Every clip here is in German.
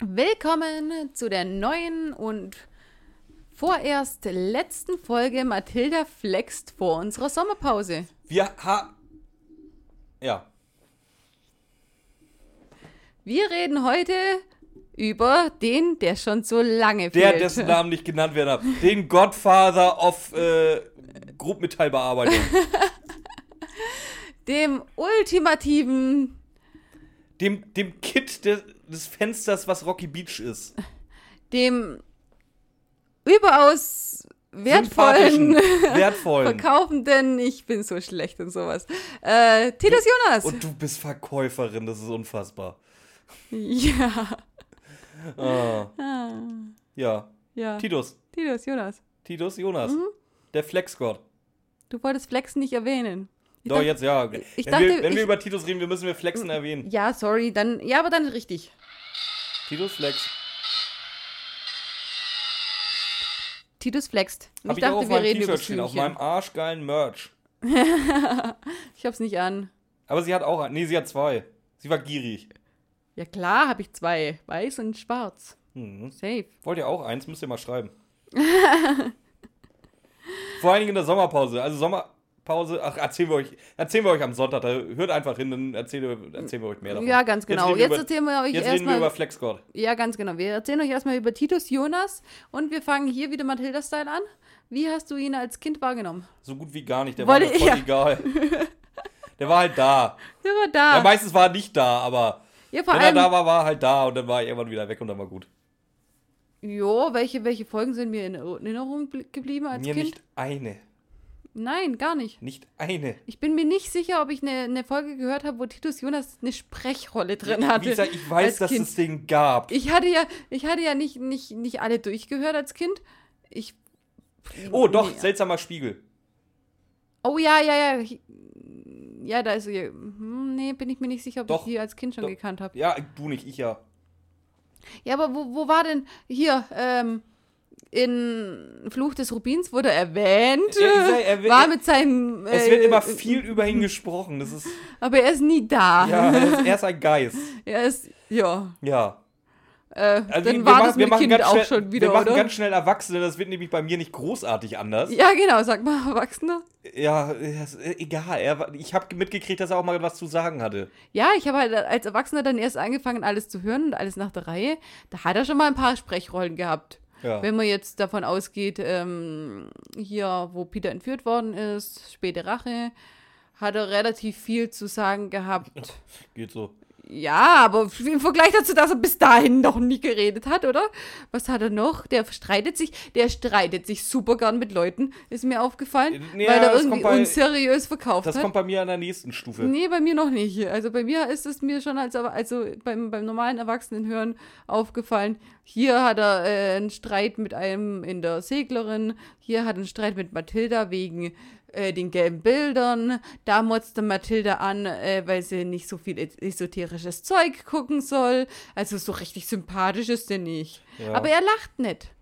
Willkommen zu der neuen und vorerst letzten Folge Mathilda flext vor unserer Sommerpause. Wir ha. Ja. Wir reden heute über den, der schon so lange Der, fehlt. dessen Namen nicht genannt werden darf. Den Godfather of äh, Grobmetallbearbeitung. dem ultimativen, Dem, dem Kit des, des Fensters, was Rocky Beach ist. dem überaus Sympathischen, wertvollen, Wertvollen. verkaufenden, ich bin so schlecht und sowas, äh, Titus Jonas. Und du bist Verkäuferin, das ist unfassbar. ja, Ah, ja. ja. Titus. Titus Jonas. Titus Jonas. Mhm. Der Flexgott. Du wolltest Flex nicht erwähnen. Ich Doch, dachte- jetzt ja. ich wenn dachte, wir, wenn ich- Mhm. wir über Titus reden, wir müssen wir Flexen erwähnen. Ja, sorry, dann. Ja, aber dann richtig. Titus Flex. Titus flext. Und Hab ich, auch auf meinem T-Shirt stehen, auf Blümchen. meinem arschgeilen Merch. Ich hab's nicht an. Aber sie hat auch, ein- nee, sie hat zwei. Sie war gierig. Ja, klar, hab ich zwei. Weiß und schwarz. Hm. Safe. Wollt ihr auch eins? Müsst ihr mal schreiben. Vor allen Dingen in der Sommerpause. Also Sommerpause, ach, erzählen wir euch, erzähhlen wir euch am Sonntag. Da hört einfach hin, dann erzählen, wir- erzählen wir euch mehr davon. Ja, ganz genau. reden wir Jetzt, über- erzählen wir euch Jetzt reden wir erstmal. über Flexcord. Ja, ganz genau. Wir erzählen euch erstmal über Titus Jonas und wir fangen hier wieder Mathilda-Style an. Wie hast du ihn als Kind wahrgenommen? So gut wie gar nicht. Der Wollte- war mir voll ja. egal. Der war halt da. Er war Ja, da. meistens war er nicht da, aber Ja, vor wenn er allem. da war, war er halt da und dann war er irgendwann wieder weg und dann war gut. Jo, welche, welche Folgen sind mir in Erinnerung bl- geblieben als Mir Kind? nicht eine. Nein, gar nicht. Nicht eine. Ich bin mir nicht sicher, ob ich eine ne Folge gehört habe, wo Titus Jonas eine Sprechrolle drin hatte. Wie gesagt, ich als weiß, dass Kind. es den gab. Ich hatte ja, ich hatte ja nicht, nicht, nicht alle durchgehört als Kind. Ich. Oh, doch, Nee. seltsamer Spiegel. Oh ja, ja, ja. ich- Ja, da ist sie. Hm, nee, bin ich mir nicht sicher, ob ich Doch, die als Kind schon doch. gekannt habe. Ja, du nicht, ich ja. Ja, aber wo, wo war denn hier, ähm, in Fluch des Rubins wurde er erwähnt. Ja, ich sag, er wird- war mit seinem. Es wird äh, immer viel über ihn gesprochen. Das ist. Aber er ist nie da. Ja, er ist, er ist ein Geist. Er ist. Ja. Ja. Äh, Also dann war das mit Kind ganz auch schnell, schon Wir wieder, machen oder? ganz schnell Erwachsene, das wird nämlich bei mir nicht großartig anders. ja, genau, sag mal, Erwachsener. Ja, es- äh, egal. Er, war- ich habe mitgekriegt, dass er auch mal was zu sagen hatte. Ja, ich habe halt als Erwachsener dann erst angefangen, alles zu hören und alles nach der Reihe. Da hat er schon mal ein paar Sprechrollen gehabt. Ja. Wenn man jetzt davon ausgeht, ähm, hier, wo Peter entführt worden ist, späte Rache, hat er relativ viel zu sagen gehabt. Geht so. Ja, aber im Vergleich dazu, dass er bis dahin noch nie geredet hat, oder? Was hat er noch? Der streitet sich, der streitet sich super gern mit Leuten, ist mir aufgefallen, Äh, Ja, weil er das irgendwie kommt bei- unseriös verkauft Das hat. kommt bei mir an der nächsten Stufe. Nee, bei mir noch nicht. Also bei mir ist es mir schon als also beim, beim normalen Erwachsenenhören aufgefallen. Hier hat er äh, einen Streit mit einem in der Seglerin, hier hat er einen Streit mit Mathilda wegen äh, den gelben Bildern. Da motzte Mathilda an, äh, weil sie nicht so viel es- esoterisches Zeug gucken soll. Also so richtig sympathisch ist er nicht. Ja. Aber er lacht nicht.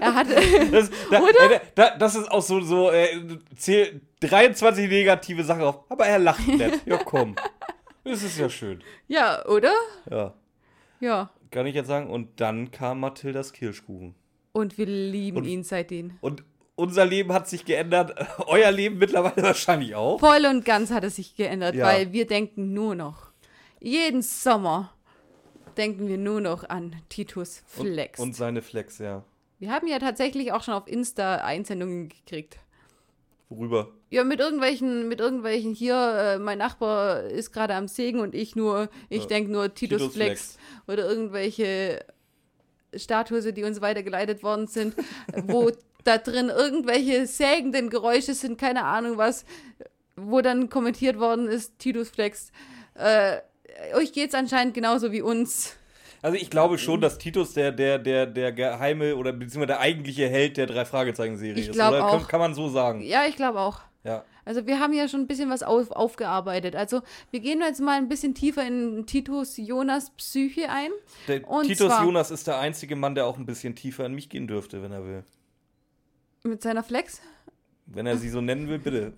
Er hat Das, da, Oder? äh, Da, das ist auch so, so äh, zähl- 23 negative Sachen auf. Aber er lacht nett. Ja, komm. Das ist ja schön. ja, oder? Ja. Ja. Kann ich jetzt sagen. Und dann kam Mathildas Kirschkuchen. Und wir lieben Und- ihn seitdem. Und unser Leben hat sich geändert, euer Leben mittlerweile wahrscheinlich auch. Voll und ganz hat es sich geändert, Ja. weil wir denken nur noch, jeden Sommer denken wir nur noch an Titus Flex. Und seine Flex, ja. wir haben ja tatsächlich auch schon auf Insta Einsendungen gekriegt. Worüber? Ja, mit irgendwelchen, mit irgendwelchen hier, äh, mein Nachbar ist gerade am Sägen und ich nur, ich Ja. denke nur Titus, Titus Flex. Flex. Oder irgendwelche Statuen, die uns weitergeleitet worden sind, wo da drin irgendwelche sägenden Geräusche sind, keine Ahnung was, wo dann kommentiert worden ist, Titus Flex. Äh, euch geht's anscheinend genauso wie uns. Also ich glaube schon, dass Titus der, der, der, der geheime oder beziehungsweise der eigentliche Held der drei Fragezeichen-Serie Ich ist. glaub Oder auch. Kann, kann man so sagen. Ja, ich glaube auch. Ja. Also wir haben ja schon ein bisschen was auf, aufgearbeitet. Also wir gehen jetzt mal ein bisschen tiefer in Titus Jonas Psyche ein. Der Und Titus zwar- Jonas ist der einzige Mann, der auch ein bisschen tiefer in mich gehen dürfte, wenn er will. Mit seiner Flex? Wenn er sie so nennen will, bitte.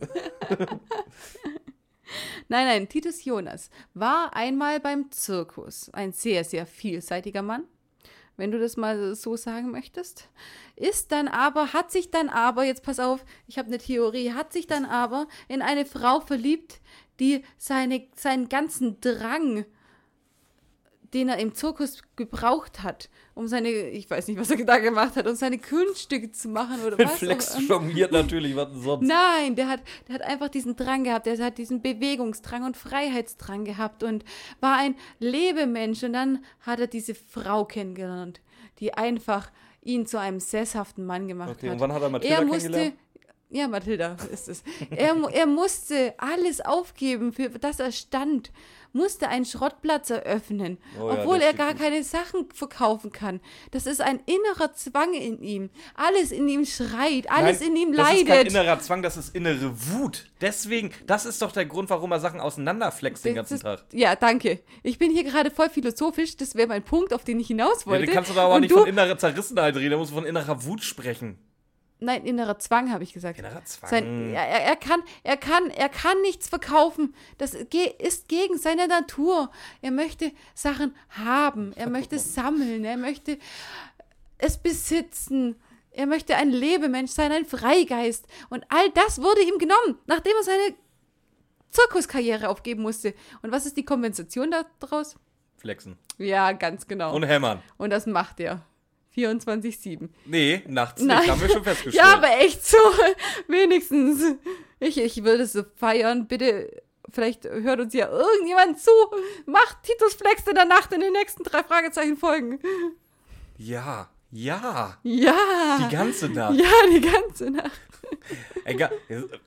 Nein, nein, Titus Jonas war einmal beim Zirkus. Ein sehr, sehr vielseitiger Mann, wenn du das mal so sagen möchtest. Ist dann aber, hat sich dann aber, jetzt pass auf, ich habe eine Theorie, hat sich dann aber in eine Frau verliebt, die seine, seinen ganzen Drang den er im Zirkus gebraucht hat, um seine, ich weiß nicht, was er da gemacht hat, um seine Kunststücke zu machen oder Mit was. auch Flex immer. jongliert natürlich, was denn sonst? Nein, der hat, der hat einfach diesen Drang gehabt, der hat diesen Bewegungsdrang und Freiheitsdrang gehabt und war ein Lebemensch. Und dann hat er diese Frau kennengelernt, die einfach ihn zu einem sesshaften Mann gemacht Okay, hat. und wann hat er Matilda er musste, kennengelernt? ja, Mathilda ist es. Er, mu- er musste alles aufgeben, für das er stand. Musste einen Schrottplatz eröffnen, Oh ja, obwohl das er stimmt gar nicht. keine Sachen verkaufen kann. Das ist ein innerer Zwang in ihm. Alles in ihm schreit, alles Nein, in ihm das leidet. ist kein innerer Zwang, das ist innere Wut. Deswegen, das ist doch der Grund, warum er Sachen auseinanderflext den Das ganzen ist- Tag. Ja, danke. Ich bin hier gerade voll philosophisch. Das wäre mein Punkt, auf den ich hinaus Ja, wollte. den kannst du da aber Und nicht von innerer Zerrissenheit reden, da musst du von innerer Wut sprechen. Nein, innerer Zwang habe ich gesagt. Innerer Zwang. Sein, er, er, er kann, er kann, er kann nichts verkaufen. Das ge ist gegen seine Natur. Er möchte Sachen haben. Er möchte sammeln. Er möchte es besitzen. Er möchte ein Lebemensch sein, ein Freigeist. Und all das wurde ihm genommen, nachdem er seine Zirkuskarriere aufgeben musste. Und was ist die Kompensation daraus? Flexen. Ja, ganz genau. Und hämmern. Und das macht er. 24-7. Nee, nachts Nein. nicht, haben wir schon festgestellt. Ja, aber echt so. Wenigstens. Ich, ich würde es so feiern. Bitte, vielleicht hört uns ja irgendjemand zu. Macht Titus Flex in der Nacht in den nächsten drei Fragezeichen folgen. ja, ja. Die Ja. ganze Nacht. ja, die ganze Nacht. Egal,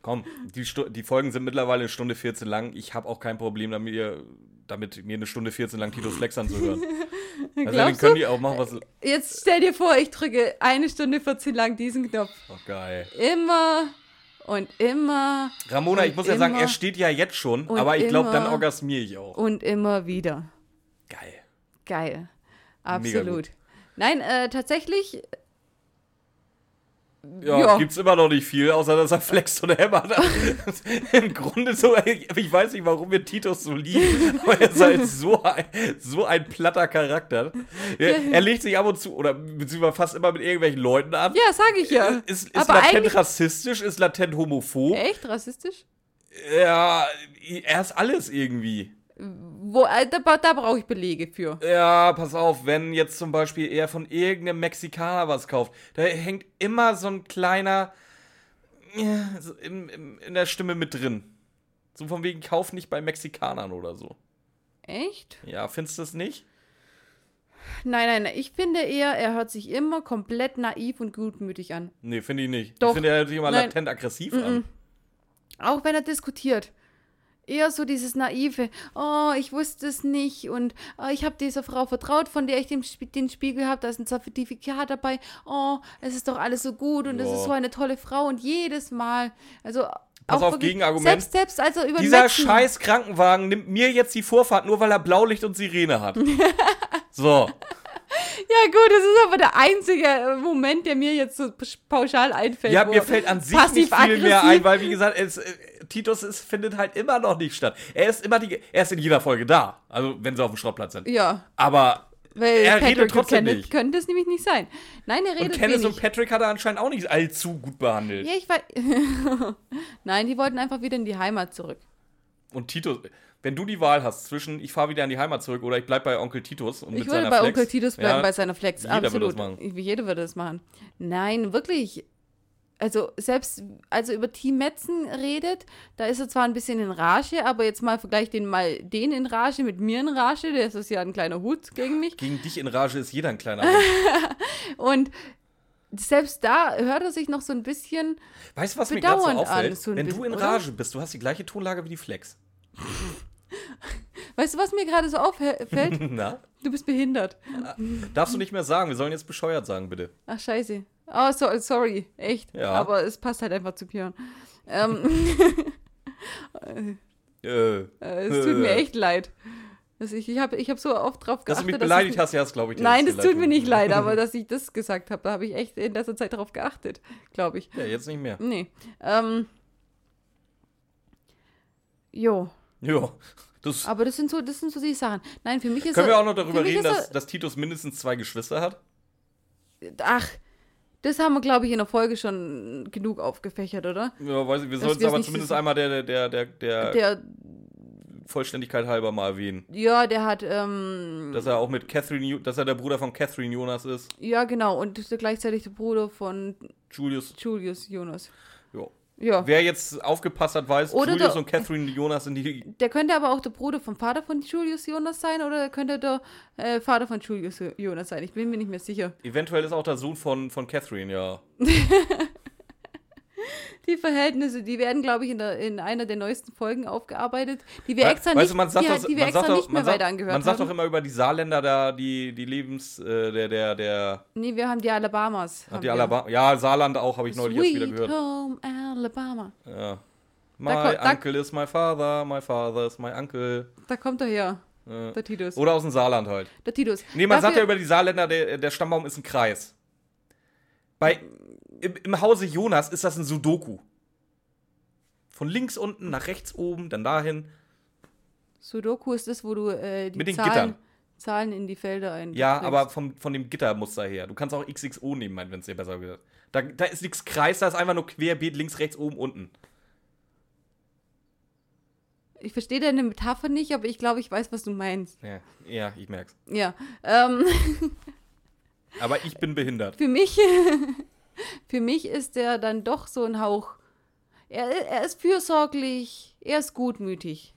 komm, die, Stu die Folgen sind mittlerweile eine Stunde 14 lang. Ich habe auch kein Problem damit, ihr, damit mir eine Stunde 14 lang Titus Flex anzuhören. Also dann Glaubst können du? die auch machen, was. Oh, Jetzt stell dir vor, ich drücke eine Stunde 14 lang diesen Knopf. Oh, geil. Immer und immer Ramona, ich muss ja sagen, immer- er steht ja jetzt schon, und aber ich glaube, dann immer- orgasmiere ich auch. und immer wieder. Geil. Geil. Mega Absolut. gut. Nein, äh, tatsächlich Ja, Ja. gibt's immer noch nicht viel, außer dass er flext und hämmert. Im Grunde so, ich ich weiß nicht, warum wir Titus so lieben, weil er ist halt so ein, so ein platter Charakter. Er, er legt sich ab und zu, oder beziehungsweise fast immer mit irgendwelchen Leuten an. Ja, sag ich ja. Ist, ist Aber latent eigentlich rassistisch, ist latent homophob. echt rassistisch? Ja, er ist alles irgendwie. Wo, äh, da ba- da brauche ich Belege für. Ja, pass auf, wenn jetzt zum Beispiel er von irgendeinem Mexikaner was kauft, da hängt immer so ein kleiner äh, so im, im, in der Stimme mit drin. So von wegen, kauf nicht bei Mexikanern oder so. Echt? Ja, findest du das nicht? Nein, nein, nein. Ich finde eher, er hört sich immer komplett naiv und gutmütig an. Nee, finde ich nicht. Ich Doch. finde, er hört sich immer Nein. latent aggressiv an. Auch wenn er diskutiert. Eher so dieses naive, oh, ich wusste es nicht und äh, ich habe dieser Frau vertraut, von der ich den, Spie- den Spiegel habe, da ist ein Zertifikat dabei, oh, es ist doch alles so gut und es Ja. ist so eine tolle Frau und jedes Mal, also Pass auf, wirklich- Gegenargument. Selbst, selbst als er über den Dieser letzten- scheiß Krankenwagen nimmt mir jetzt die Vorfahrt, nur weil er Blaulicht und Sirene hat. so. Ja gut, das ist aber der einzige äh, Moment, der mir jetzt so p- pauschal einfällt. Ja, wo- mir fällt an sich passiv nicht viel mehr aggressiv. ein, weil wie gesagt, es, äh, Titus es findet halt immer noch nicht statt. Er ist immer die, er ist in jeder Folge da, also wenn sie auf dem Schrottplatz sind. Ja, Aber weil Er Patrick redet trotzdem und Kenneth nicht. können das nämlich nicht sein. Nein, er und redet Kenneth und wenig. Patrick hat er anscheinend auch nicht allzu gut behandelt. ja, ich weiß. Nein, die wollten einfach wieder in die Heimat zurück. Und Titus, wenn du die Wahl hast zwischen ich fahre wieder in die Heimat zurück oder ich bleib bei Onkel Titus und Ich mit würde seiner bei Flex, Onkel Titus bleiben, ja, bei seiner Flex. jeder würde das Absolut. machen. Ich- Jeder würde das machen. Nein, wirklich. Also selbst, als er über Team Metzen redet, da ist er zwar ein bisschen in Rage, aber jetzt mal vergleich den mal den in Rage mit mir in Rage, der ist ja ein kleiner Hut gegen mich. Gegen dich in Rage ist jeder ein kleiner Hund. Und selbst da hört er sich noch so ein bisschen. Weißt du, was mir gerade so Bedauernd an, auffällt? so ein wenn du bisschen, in oder? Rage bist, du hast die gleiche Tonlage wie die Flex. Weißt du, was mir gerade so auffällt? Na? Du bist behindert. Darfst du nicht mehr sagen, wir sollen jetzt bescheuert sagen, bitte. Ach, scheiße. Oh, so, sorry. Echt. Ja. Aber es passt halt einfach zu Björn. Ähm, Äh, äh, es tut mir Äh. echt leid. Also ich ich habe ich hab so oft drauf geachtet. dass du mich dass beleidigt ich- hast, ja, das glaube ich dir, Nein, dass das dir tut leid mir nicht leid, aber dass ich das gesagt habe, da habe ich echt in letzter Zeit drauf geachtet, glaube ich. Ja, jetzt nicht mehr. Nee. Ähm, Jo. Ja. Das Aber das sind so, das sind so die Sachen. Nein, für mich ist können er- wir auch noch für darüber mich reden, ist er- dass, dass Titus mindestens zwei Geschwister hat. Ach, das haben wir, glaube ich, in der Folge schon genug aufgefächert, oder? Ja, weiß ich, wir Dass sollten wir es es aber nicht zumindest wissen. einmal der, der, der, der, der Der, Vollständigkeit halber mal erwähnen. ja, der hat, ähm, Dass er auch mit Catherine, Jo- dass er der Bruder von Catherine Jonas ist. ja, genau, und ist gleichzeitig der Bruder von Julius. Julius Jonas. Ja. Ja, Wer jetzt aufgepasst hat, weiß, Oder Julius der- und Catherine Jonas sind die der könnte aber auch der Bruder vom Vater von Julius Jonas sein oder er könnte der äh, Vater von Julius Jonas sein. Ich bin mir nicht mehr sicher. Eventuell ist auch der Sohn von, von Catherine, ja. Die Verhältnisse, die werden, glaube ich, in, der, in einer der neuesten Folgen aufgearbeitet, die wir extra Weißt nicht, du, man sagt die, doch- die wir man sagt extra doch- nicht mehr man sagt- weiter angehört Man sagt doch haben. immer über die Saarländer da, die, die Lebens, äh, der, der, der, Nee, wir haben die Alabamas. hat haben Ah, die wir. Alabama, ja, Saarland auch, habe ich neulich erst wieder Sweet gehört. Home Alabama. Ja. ko- My da- uncle is my father, my father is my uncle. Da kommt er her, Äh. der Titus. Oder aus dem Saarland halt. Der Titus. Nee, man sagt ja Dafür- über die Saarländer, der, der Stammbaum ist ein Kreis. Bei, im, Im Hause Jonas ist das ein Sudoku. Von links unten nach rechts oben, dann dahin. Sudoku ist das, wo du äh, die Mit den Zahlen, Gittern. Zahlen in die Felder ein. Ja, trägst. aber vom, von dem Gittermuster her. Du kannst auch XXO nehmen, wenn es dir besser gehört. Da, da ist nichts Kreis, da ist einfach nur querbeet, links, rechts, oben, unten. Ich verstehe deine Metapher nicht, aber ich glaube, ich weiß, was du meinst. Ja, ja ich merk's. Ja. Ähm, Aber ich bin behindert. für mich, für mich ist der dann doch so ein Hauch. Er, er ist fürsorglich, er ist gutmütig.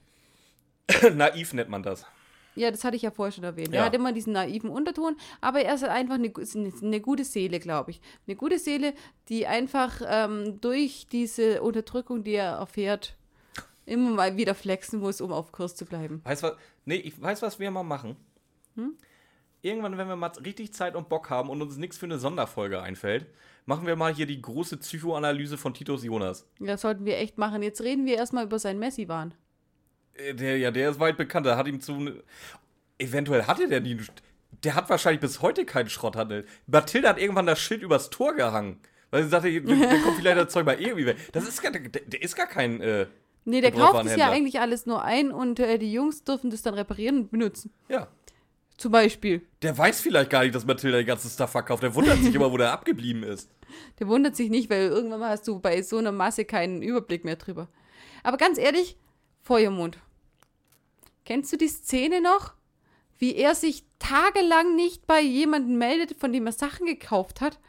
Naiv nennt man das. Ja, das hatte ich ja vorher schon erwähnt. Ja. Er hat immer diesen naiven Unterton, aber er ist einfach eine, gu- ist eine, eine gute Seele, glaube ich. Eine gute Seele, die einfach ähm, durch diese Unterdrückung, die er erfährt, immer mal wieder flexen muss, um auf Kurs zu bleiben. Weißt was? Nee, ich weiß, was wir mal machen. Irgendwann, wenn wir mal richtig Zeit und Bock haben und uns nichts für eine Sonderfolge einfällt, machen wir mal hier die große Psychoanalyse von Titus Jonas. Das sollten wir echt machen. Jetzt reden wir erstmal über seinen Messi-Wahn. Äh, Der, ja, der ist weit bekannt. Der hat ihm zu. ne, Eventuell hatte der nie. Der hat wahrscheinlich bis heute keinen Schrotthandel. Mathilde hat irgendwann das Schild übers Tor gehangen. Weil sie sagte, der, der kommt vielleicht das Zeug mal irgendwie weg. Das ist gar, der, der ist gar kein. Äh, Nee, der kauft es ja Gebrauchtwarenhändler. eigentlich alles nur ein und äh, die Jungs dürfen das dann reparieren und benutzen. ja. Zum Beispiel. Der weiß vielleicht gar nicht, dass Mathilda den ganzen Stuff verkauft. Der wundert sich immer, wo der abgeblieben ist. Der wundert sich nicht, weil irgendwann mal hast du bei so einer Masse keinen Überblick mehr drüber. Aber ganz ehrlich, Feuermond. Kennst du die Szene noch, wie er sich tagelang nicht bei jemandem meldet, von dem er Sachen gekauft hat?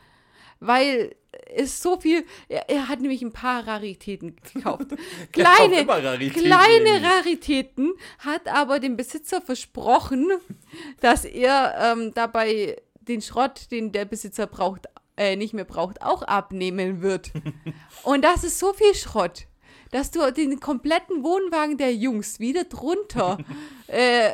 Weil es so viel. Er, er hat nämlich ein paar Raritäten gekauft. Der kauft kleine, immer Raritäten kleine irgendwie. Raritäten, hat aber dem Besitzer versprochen, dass er ähm, dabei den Schrott, den der Besitzer braucht, äh, nicht mehr braucht, auch abnehmen wird. Und das ist so viel Schrott, dass du den kompletten Wohnwagen der Jungs wieder drunter äh,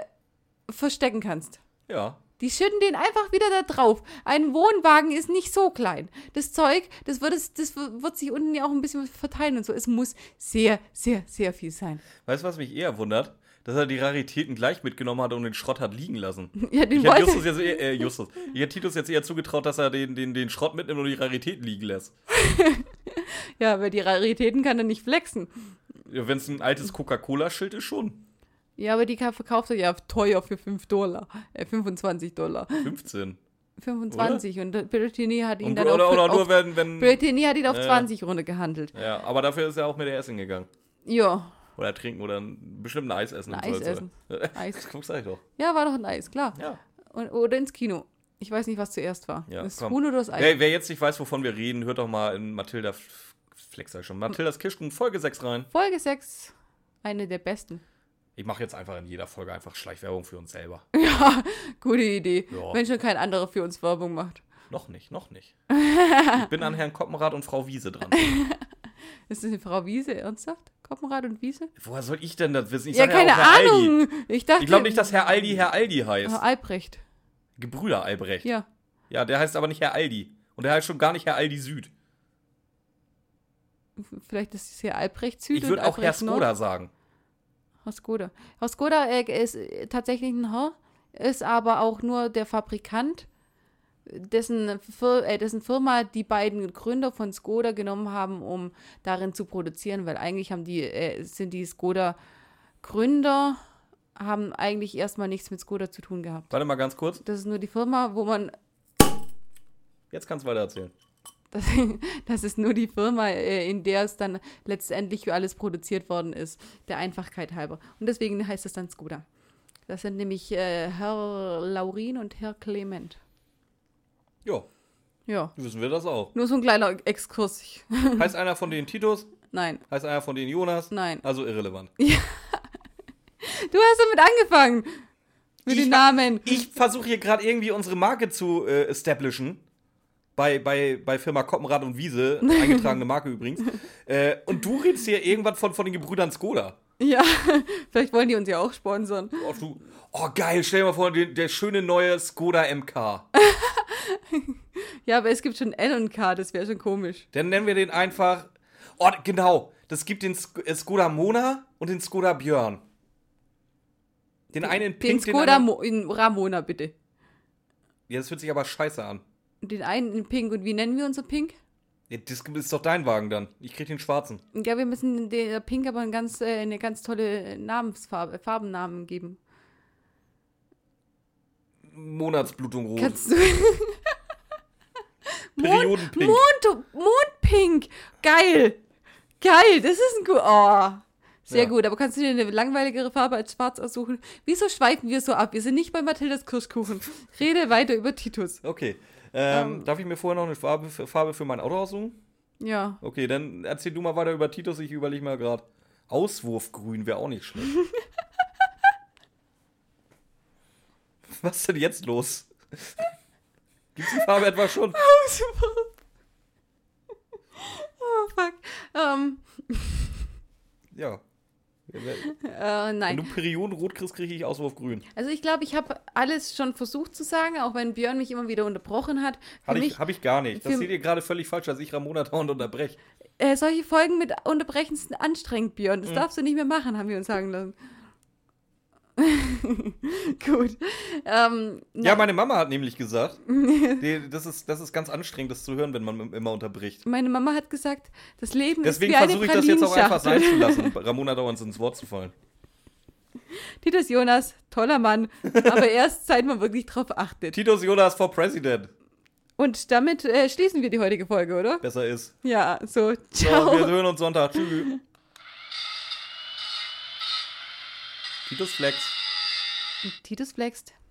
verstecken kannst. Ja. Die schütten den einfach wieder da drauf. Ein Wohnwagen ist nicht so klein. Das Zeug, das wird, es, das wird sich unten ja auch ein bisschen verteilen und so. Es muss sehr, sehr, sehr viel sein. Weißt du, was mich eher wundert? Dass er die Raritäten gleich mitgenommen hat und den Schrott hat liegen lassen. Ja, den Ich hätte wollte, Justus jetzt eher, äh, Justus. Ich hätte Titus jetzt eher zugetraut, dass er den, den, den Schrott mitnimmt und die Raritäten liegen lässt. ja, aber die Raritäten kann er nicht flexen. Ja, Wenn es ein altes Coca-Cola-Schild ist, schon. Ja, aber die verkauft er ja teuer für 5 Dollar. Äh, 25 Dollar. 15. 25. Und Brittany hat ihn Und, dann oder, auf, oder nur auf, wenn. wenn Brittany hat ihn auf Ja. 20 runtergehandelt. ja, aber dafür ist er auch mit der Essen gegangen. Ja, Oder trinken oder ein, bestimmt ein Eis essen. Ein und so Eis essen. weiter. Eis. Guck, sag ich doch. Ja, war doch ein Eis, klar. Ja. Und, oder ins Kino. Ich weiß nicht, was zuerst war. Ja, das komm. Huhn oder das Ei? Wer, wer jetzt nicht weiß, wovon wir reden, hört doch mal in Mathilda F- Flex, sag ich schon. Mathildas Kirschkuchen Folge 6 rein. Folge 6, eine der besten. Ich mache jetzt einfach in jeder Folge einfach Schleichwerbung für uns selber. Gute Idee. Ja. Wenn schon kein anderer für uns Werbung macht. Noch nicht, noch nicht. Ich bin an Herrn Koppenrad und Frau Wiese dran. Ist das eine Frau Wiese, ernsthaft? Koppenrad und Wiese? Woher soll ich denn das wissen? Ich ja, sag keine auch Herr Aldi. Ahnung. Ich dachte. Ich glaube nicht, dass Herr Aldi Herr Aldi heißt. Herr Albrecht. Gebrüder Albrecht. Ja. Ja. der heißt aber nicht Herr Aldi. Und der heißt schon gar nicht Herr Aldi Süd. Vielleicht ist es hier Albrecht Süd Ich würde auch Herr Albrecht ne? Nord. Skoda sagen. Herr Skoda. Herr Skoda äh, ist äh, tatsächlich ein Herr, ist aber auch nur der Fabrikant, dessen, Fir äh, dessen Firma die beiden Gründer von Skoda genommen haben, um darin zu produzieren, weil eigentlich haben die, äh, sind die Skoda Gründer haben eigentlich erstmal nichts mit Skoda zu tun gehabt. Warte mal ganz kurz. Das ist nur die Firma, wo man Jetzt kannst du weiter erzählen. Das, das ist nur die Firma, äh, in der es dann letztendlich für alles produziert worden ist, der Einfachkeit halber. Und deswegen heißt es dann Skoda. Das sind nämlich äh, Herr Laurin und Herr Clement. Ja, Ja, wissen wir das auch. nur so ein kleiner Exkurs. Heißt einer von denen Titus? Nein, Heißt einer von denen Jonas? nein. Also irrelevant. Du hast damit angefangen. Mit Ich den hab- Namen. Ich versuche hier gerade irgendwie unsere Marke zu äh, establishen. Bei, bei, bei Firma Koppenrad und Wiese, eingetragene Marke übrigens. Äh, und du redest hier irgendwas von, von den Gebrüdern Skoda. Ja, vielleicht wollen die uns ja auch sponsern. Oh, du, oh geil, stell dir mal vor, den, der schöne neue Skoda MK. Ja, aber es gibt schon L und K, das wäre schon komisch. Dann nennen wir den einfach. Oh, genau. Das gibt den Sk äh, Skoda Mona und den Skoda Björn. Den einen in Den Pink, Skoda anderen. Mo in Ramona, bitte. Ja, das fühlt sich aber scheiße an. Den einen in Pink. Und wie nennen wir unser Pink? Ja, das ist doch dein Wagen dann. Ich krieg den schwarzen. Ja, wir müssen der Pink aber ein ganz, äh, eine ganz tolle Namensfarbe, Farbennamen geben. Monatsblutung rot. Kannst du. Periodenpink. Mond, Mondpink! Geil! Geil, das ist ein gut. Oh. Sehr Ja. gut, aber kannst du dir eine langweiligere Farbe als schwarz aussuchen? Wieso schweifen wir so ab? Wir sind nicht bei Mathildas Kirschkuchen. Rede weiter über Titus. Okay. Ähm, darf ich mir vorher noch eine Farbe, Farbe für mein Auto aussuchen? Ja. Okay, dann erzähl du mal weiter über Titus. Ich überlege mal gerade. Auswurfgrün wäre auch nicht schlecht. Was ist denn jetzt los? Gibt's die Farbe etwa schon? Oh, fuck. Ähm, Ja. Wenn äh, nein. du Periodenrot kriegst, kriege ich Auswurfgrün. Also ich glaube, ich habe alles schon versucht zu sagen, auch wenn Björn mich immer wieder unterbrochen hat. Für Hatte mich, ich, hab ich gar nicht. Das für- seht ihr gerade völlig falsch, als ich Ramona dauernd unterbreche. äh, solche Folgen mit Unterbrechen sind anstrengend, Björn. Mhm. Das darfst du nicht mehr machen, haben wir uns sagen lassen. Gut. Ähm, Ja, meine Mama hat nämlich gesagt, die, das, ist, das ist ganz anstrengend, das zu hören, wenn man immer unterbricht. meine Mama hat gesagt, das Leben Deswegen ist wie eine versuche ich das jetzt auch einfach sein Pralinschachtel. zu lassen, Ramona dauernd ins Wort zu fallen. Titus Jonas, toller Mann, aber erst seit man wirklich drauf achtet. Titus Jonas for President. Und damit äh, schließen wir die heutige Folge, oder? Besser ist. Ja, so, So, ciao. wir hören uns Sonntag. Tschüss. Titus Flex. Titus flext.